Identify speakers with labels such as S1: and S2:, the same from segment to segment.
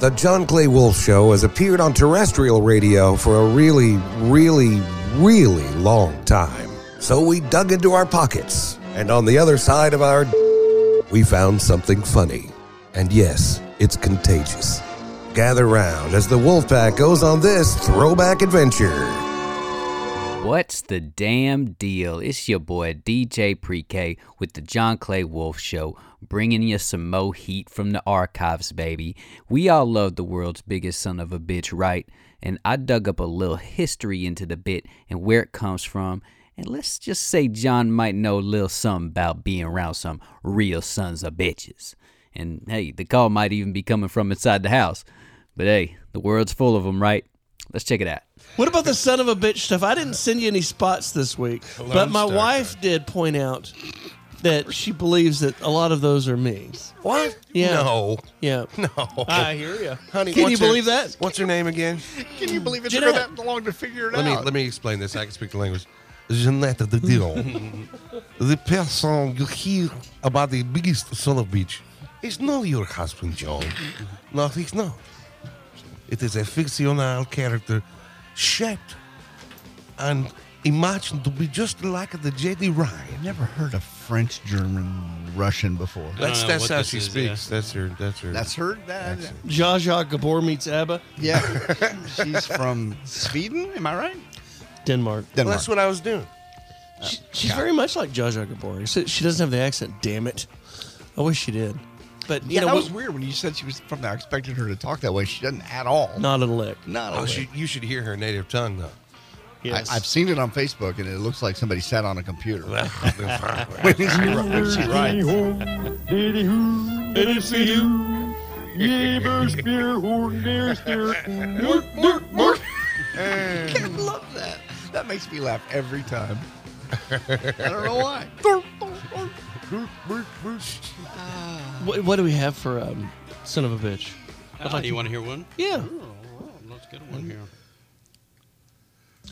S1: The John Clay Wolf Show has appeared on terrestrial radio for a really, really, really long time. So we dug into our pockets, and on the other side of our we found something funny. And yes, it's contagious. Gather round as the Wolf Pack goes on this throwback adventure.
S2: What's the damn deal? It's your boy DJ Pre-K with the John Clay Wolf Show, bringing you some mo heat from the archives, baby. We all love the world's biggest son of a bitch, right? And I dug up a little history into the bit and where it comes from. And let's just say John might know a little something about being around some real sons of bitches. And hey, the call might even be coming from inside the house. But hey, the world's full of them, right? Let's check it out.
S3: What about the son of a bitch stuff? I didn't send you any spots this week, but my wife did point out that she believes that a lot of those are me.
S4: What?
S3: Yeah.
S4: No. Oh,
S3: Yeah.
S4: No.
S3: I hear you.
S4: Honey,
S3: Can
S4: what's
S3: you
S4: her-
S3: believe that?
S4: What's her name again?
S5: Can you believe it
S3: Jeanette.
S5: took her that long to figure it
S4: Let me
S5: out?
S4: let me explain this. I can speak the language. Jeanette the deal. the person you hear about the biggest son of bitch is not your husband, John. No, he's not. It is a fictional character shaped and imagined to be just like the J.D. Ryan.
S5: Never heard of French, German, Russian before.
S4: That's
S6: know
S4: that's
S6: what
S4: how
S6: this
S4: she
S6: is,
S4: speaks. That's her. That's her.
S5: That's her dad.
S3: Zsa Zsa Gabor meets ABBA,
S5: Yeah. She's from Sweden, am I right?
S3: Denmark.
S5: Denmark.
S4: Well, that's what I was doing.
S3: She, she's very much like Zsa Zsa Gabor. She she doesn't have the accent. Damn it! I wish she did. But you
S5: yeah,
S3: know,
S5: that
S3: we-
S5: was weird when you said she was from there. I expected her to talk that way. She doesn't at all.
S3: not a lick.
S5: Not at
S4: Oh,
S5: all.
S4: she, you should hear her native tongue though.
S3: Yes.
S5: I, I've seen it on Facebook, and it looks like somebody sat on a computer.
S4: Wait,
S5: She ri- when she writes. I love that. That makes me laugh every time. I don't know why.
S3: What, what do we have for um, son of a bitch?
S6: Oh, you want to hear one?
S3: Yeah,
S6: Let's get one here.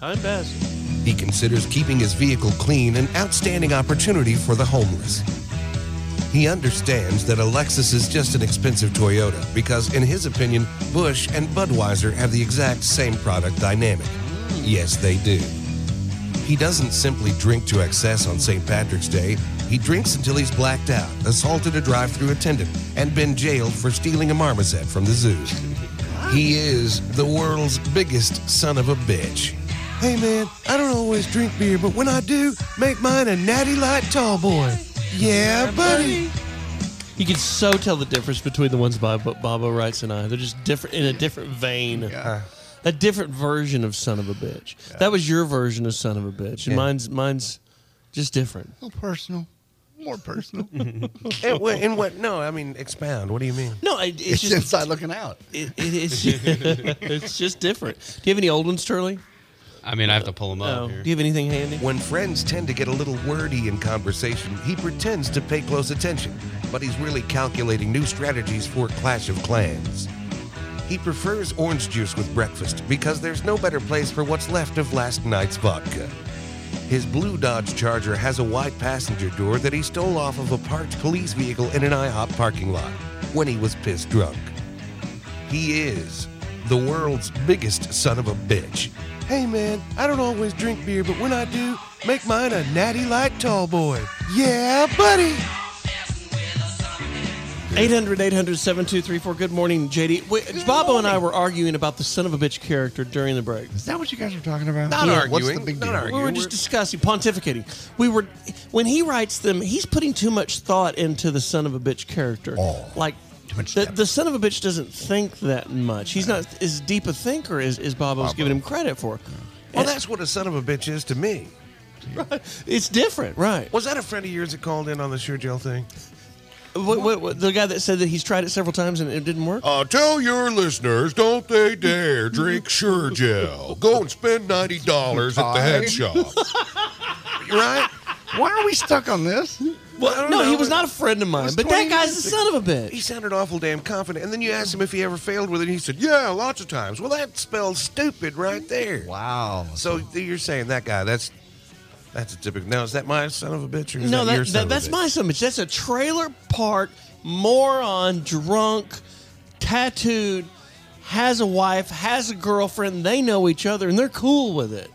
S3: I'm best.
S4: He considers keeping his vehicle clean an outstanding opportunity for the homeless. He understands that a Lexus is just an expensive Toyota because, in his opinion, Bush and Budweiser have the exact same product dynamic. Yes, they do. He doesn't simply drink to excess on St. Patrick's Day. He drinks until he's blacked out, assaulted a drive through attendant, and been jailed for stealing a marmoset from the zoo. He is the world's biggest son of a bitch. Hey man, I don't always drink beer, but when I do, make mine a natty light tall boy. Yeah, buddy.
S3: You can so tell the difference between the ones by Bobo writes and I. They're just different in a different vein.
S5: Yeah.
S3: A different version of son of a bitch. That was your version of son of a bitch, and mine's mine's just different.
S5: More personal. More personal.
S4: And, what- and what? No, I mean expound. What do you mean?
S3: No, it,
S5: it's
S3: it's,
S5: just
S3: just
S5: inside looking out.
S3: it, it, it's it's just different. Do you have any old ones, Turley?
S6: I mean, I have to pull them
S3: No.
S6: up
S3: Do
S6: here.
S3: you have anything handy?
S4: When friends tend to get a little wordy in conversation, he pretends to pay close attention, but he's really calculating new strategies for Clash of Clans. He prefers orange juice with breakfast because there's no better place for what's left of last night's vodka. His blue Dodge Charger has a white passenger door that he stole off of a parked police vehicle in an IHOP parking lot when he was pissed drunk. He is the world's biggest son of a bitch. Hey man, I don't always drink beer, but when I do, make mine a natty light tall boy. Yeah, buddy.
S3: 800 800 7234. Good morning, JD. Wait, Bobo and I were arguing about the son of a bitch character during the break.
S5: Is that what you guys are talking about?
S4: Not
S5: What's the
S4: arguing,
S5: big
S4: not
S5: deal?
S4: arguing.
S3: We were
S4: You
S3: just
S4: were-
S3: discussing, pontificating. We were, when he writes them, he's putting too much thought into the son of a bitch character.
S5: Oh.
S3: like
S5: Too much
S3: the,
S5: depth.
S3: the son of a bitch doesn't think that much. He's not as deep a thinker as, as Bobo's giving him credit for.
S4: Well, that's what a son of a bitch is to me.
S3: It's different, right?
S4: Was that a friend of yours that called in on the sure jail thing?
S3: What, what, what, the guy that said that he's tried it several times and it didn't work.
S7: Uh, tell your listeners, don't they dare drink SureGel. Go and spend ninety dollars at the head shop.
S4: Right?
S5: Why are we stuck on this?
S4: Well, I don't
S3: no,
S4: know.
S3: he was not a friend of mine,
S4: was
S3: but
S4: 20
S3: that guy's
S4: minutes
S3: the son of a
S4: He
S3: bitch.
S4: sounded awful damn confident, and then you asked him if he ever failed with it, and he said, "Yeah, lots of times." Well, that spells stupid right there.
S5: Wow.
S4: So th- you're saying that guy? That's that's a typical. Now is that my son of a bitch? Or is
S3: No,
S4: that,
S3: that,
S4: your
S3: that,
S4: son of a
S3: that's
S4: bitch?
S3: my son of a bitch. That's a trailer park moron, drunk, tattooed has a wife, has a girlfriend. They know each other, and they're cool with it.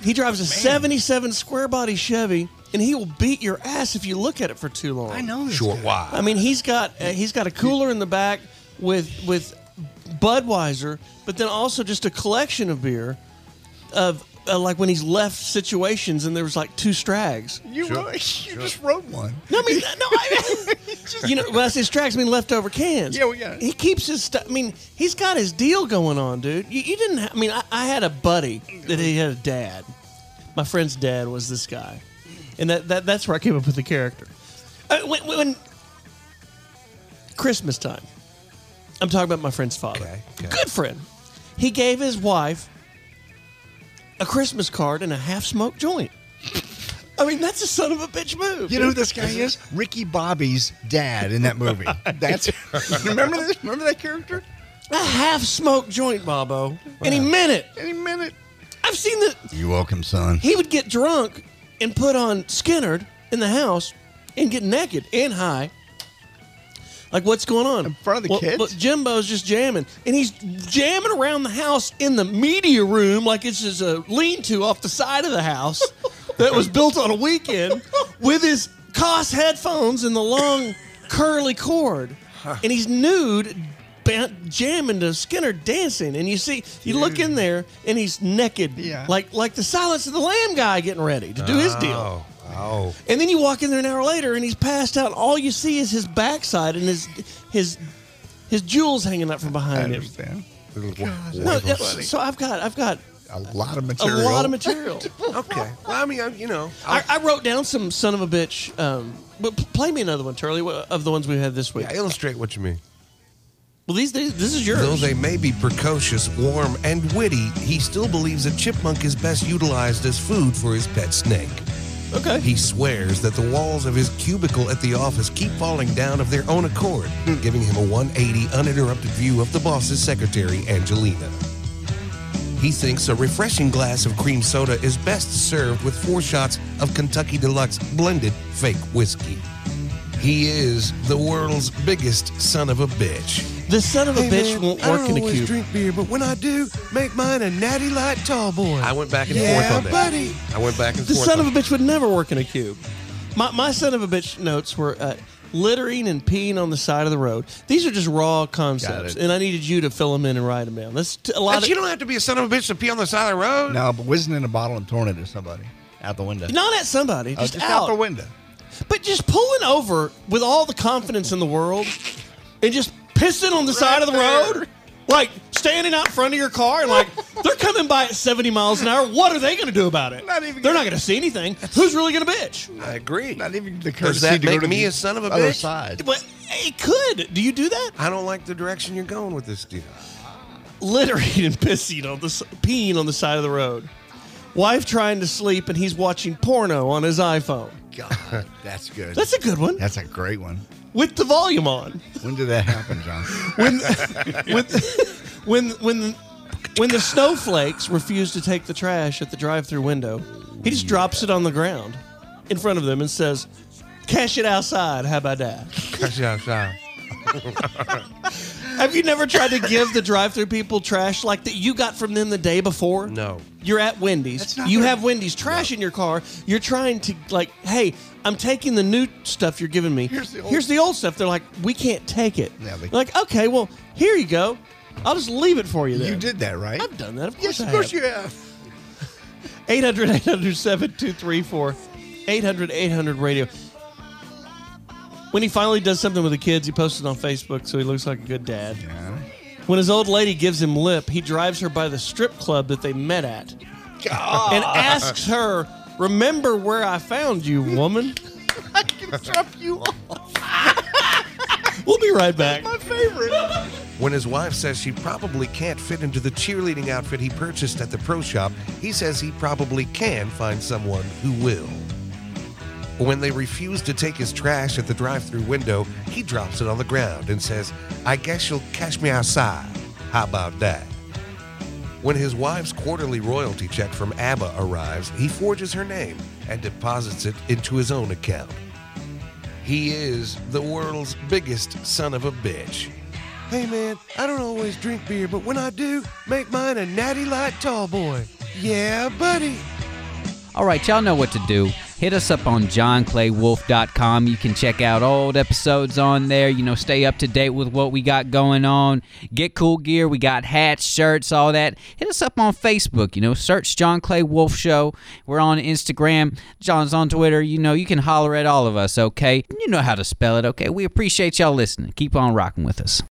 S3: he drives a '77 square body Chevy, and he will beat your ass if you look at it for too long.
S5: I know this.
S4: Short
S5: guy.
S4: wide.
S3: I mean, he's got uh, he's got a cooler in the back with with Budweiser, but then also just a collection of beer of uh, like when he's left situations and there was like two strags.
S5: You really, you just wrote one.
S3: No, I mean, no, I mean, you know, well, I say strags I mean leftover cans.
S5: Yeah, well, yeah.
S3: He keeps his stuff. I mean, he's got his deal going on, dude. You, you didn't. Ha- I mean, I, I had a buddy that he had a dad. My friend's dad was this guy, and that, that that's where I came up with the character. Uh, when, when Christmas time, I'm talking about my friend's father.
S4: Okay, okay.
S3: Good friend. He gave his wife a Christmas card and a half-smoked joint. I mean, that's a son of a bitch move.
S5: You know who this guy is? Ricky Bobby's dad in that movie. That's remember this? Remember that character?
S3: A half smoked joint, Bobo. Any minute.
S5: Any minute.
S3: I've seen that
S5: You're welcome, son.
S3: he would get drunk and put on Skinnerd in the house and get naked and high. Like what's going on?
S5: In front of the
S3: Well,
S5: kids?
S3: But Jimbo's just jamming. And he's jamming around the house in the media room like it's just a lean to off the side of the house that was built on a weekend with his Koss headphones and the long curly cord. And he's nude ba- jamming to Skinner dancing. And you see, you look in there and he's naked.
S5: Yeah.
S3: Like like the silence of the lamb guy getting ready to do his deal.
S4: Oh, oh.
S3: And then you walk in there an hour later, and he's passed out. and All you see is his backside and his his his jewels hanging out from
S5: I
S3: behind him.
S5: understand.
S3: No,
S5: That's
S3: yeah,
S5: funny.
S3: so I've got I've got
S5: A lot of
S3: a
S5: material.
S3: lot of material.
S4: Okay. Well, I mean, I'm, you know,
S3: I, I wrote down some son of a bitch. Um, but p- play me another one, Charlie, wh- of the ones we had this week.
S4: I illustrate what you mean.
S3: Well, these, these this is yours.
S4: Though they may be precocious, warm, and witty, he still believes a chipmunk is best utilized as food for his pet snake.
S3: okay.
S4: He swears that the walls of his cubicle at the office keep falling down of their own accord, giving him a 180 uninterrupted view of the boss's secretary, Angelina. He thinks a refreshing glass of cream soda is best served with four shots of Kentucky Deluxe blended fake whiskey. He is the world's biggest son of a bitch.
S3: the son of a
S4: Hey,
S3: bitch
S4: man,
S3: won't
S4: I
S3: work
S4: don't
S3: in a
S4: always
S3: cube.
S4: drink beer, but when I do, make mine a natty light tall boy. I went back and
S5: Yeah,
S4: forth on that.
S5: buddy.
S4: I went back and
S3: The
S4: forth.
S3: son
S4: on
S3: of a bitch would never work in a cube. My, my son of a bitch notes were uh, littering and peeing on the side of the road. These are just raw concepts,
S5: it.
S3: and I needed you to fill them in and write them down. That's t- a lot
S4: But
S3: of.
S4: you don't have to be a son of a bitch to pee on the side of the road.
S5: No, but whizzing in a bottle and throwing it at somebody out the window.
S3: not at somebody,
S5: Oh,
S3: just,
S5: just
S3: out.
S5: out the window.
S3: but just pulling over with all the confidence in the world and just pissing on the side of the road. Like standing out front of your car and like they're coming by at 70 miles an hour. What are they going to do about it?
S5: Not even
S3: they're
S5: gonna-
S3: not going to see anything. Who's really going to bitch?
S4: I agree.
S5: Not even the courtesy
S4: Does that
S5: to go
S4: make
S5: to
S4: me
S5: the
S4: a son of a
S5: other
S4: bitch?
S5: Side.
S3: But it could. Do you do that?
S4: I don't like the direction you're going with this deal.
S3: littering and pissing on the s- peeing on the side of the road. Wife trying to sleep and he's watching porno on his iPhone.
S5: God, that's good.
S3: That's a good one.
S5: That's a great one.
S3: With the volume on.
S5: When did that happen, John?
S3: When when when when when the snowflakes refuse to take the trash at the drive-through window, he just drops it on the ground in front of them and says, "Cash it outside. How about that?"
S4: Gosh, yeah, yeah.
S3: Have you never tried to give the drive-through people trash like that you got from them the day before?
S4: No.
S3: You're at Wendy's.
S5: That's not
S3: You
S5: fair.
S3: have Wendy's trash in your car. You're trying to like, hey, I'm taking the new stuff you're giving me.
S5: Here's the old-
S3: stuff. They're like, we can't take it.
S5: Yeah, they-
S3: like, okay, well, here you go. I'll just leave it for you. Then
S5: You did that, right?
S3: I've done that. Of course,
S5: Yes, of
S3: I
S5: course
S3: have.
S5: you have.
S3: 800 800 7234 800 800 radio. When he finally does something with the kids, he posts it on Facebook so he looks like a good dad. When his old lady gives him lip, he drives her by the strip club that they met at and asks her, Remember where I found you, woman?
S5: I can drop you off.
S3: We'll be right back.
S5: My favorite.
S4: When his wife says she probably can't fit into the cheerleading outfit he purchased at the pro shop, he says he probably can find someone who will. When they refuse to take his trash at the drive through window, he drops it on the ground and says, I guess you'll cash me outside. How about that? When his wife's quarterly royalty check from ABBA arrives, he forges her name and deposits it into his own account. He is the world's biggest son of a bitch. Hey man, I don't always drink beer, but when I do, make mine a natty light tall boy. Yeah, buddy.
S2: All right, y'all know what to do. Hit us up on johnclaywolf.com. You can check out old episodes on there. You know, stay up to date with what we got going on. Get cool gear. We got hats, shirts, all that. Hit us up on Facebook. You know, search John Clay Wolf Show. We're on Instagram. John's on Twitter. You know, you can holler at all of us, okay? You know how to spell it, okay? We appreciate y'all listening. Keep on rocking with us.